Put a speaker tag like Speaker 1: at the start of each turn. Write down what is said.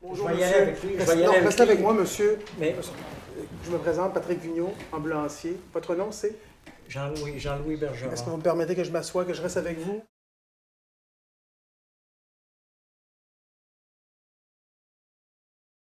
Speaker 1: Bonjour, je vais y aller avec lui. Je
Speaker 2: Reste-
Speaker 1: vais y
Speaker 2: non,
Speaker 1: aller
Speaker 2: restez
Speaker 1: lui.
Speaker 2: avec moi, monsieur.
Speaker 1: Mais
Speaker 2: Je me présente, Patrick Vigneault, ambulancier. Votre nom, c'est
Speaker 1: Jean-Louis Jean-Louis Bergeron.
Speaker 2: Est-ce que vous me permettez que je m'assoie, que je reste avec vous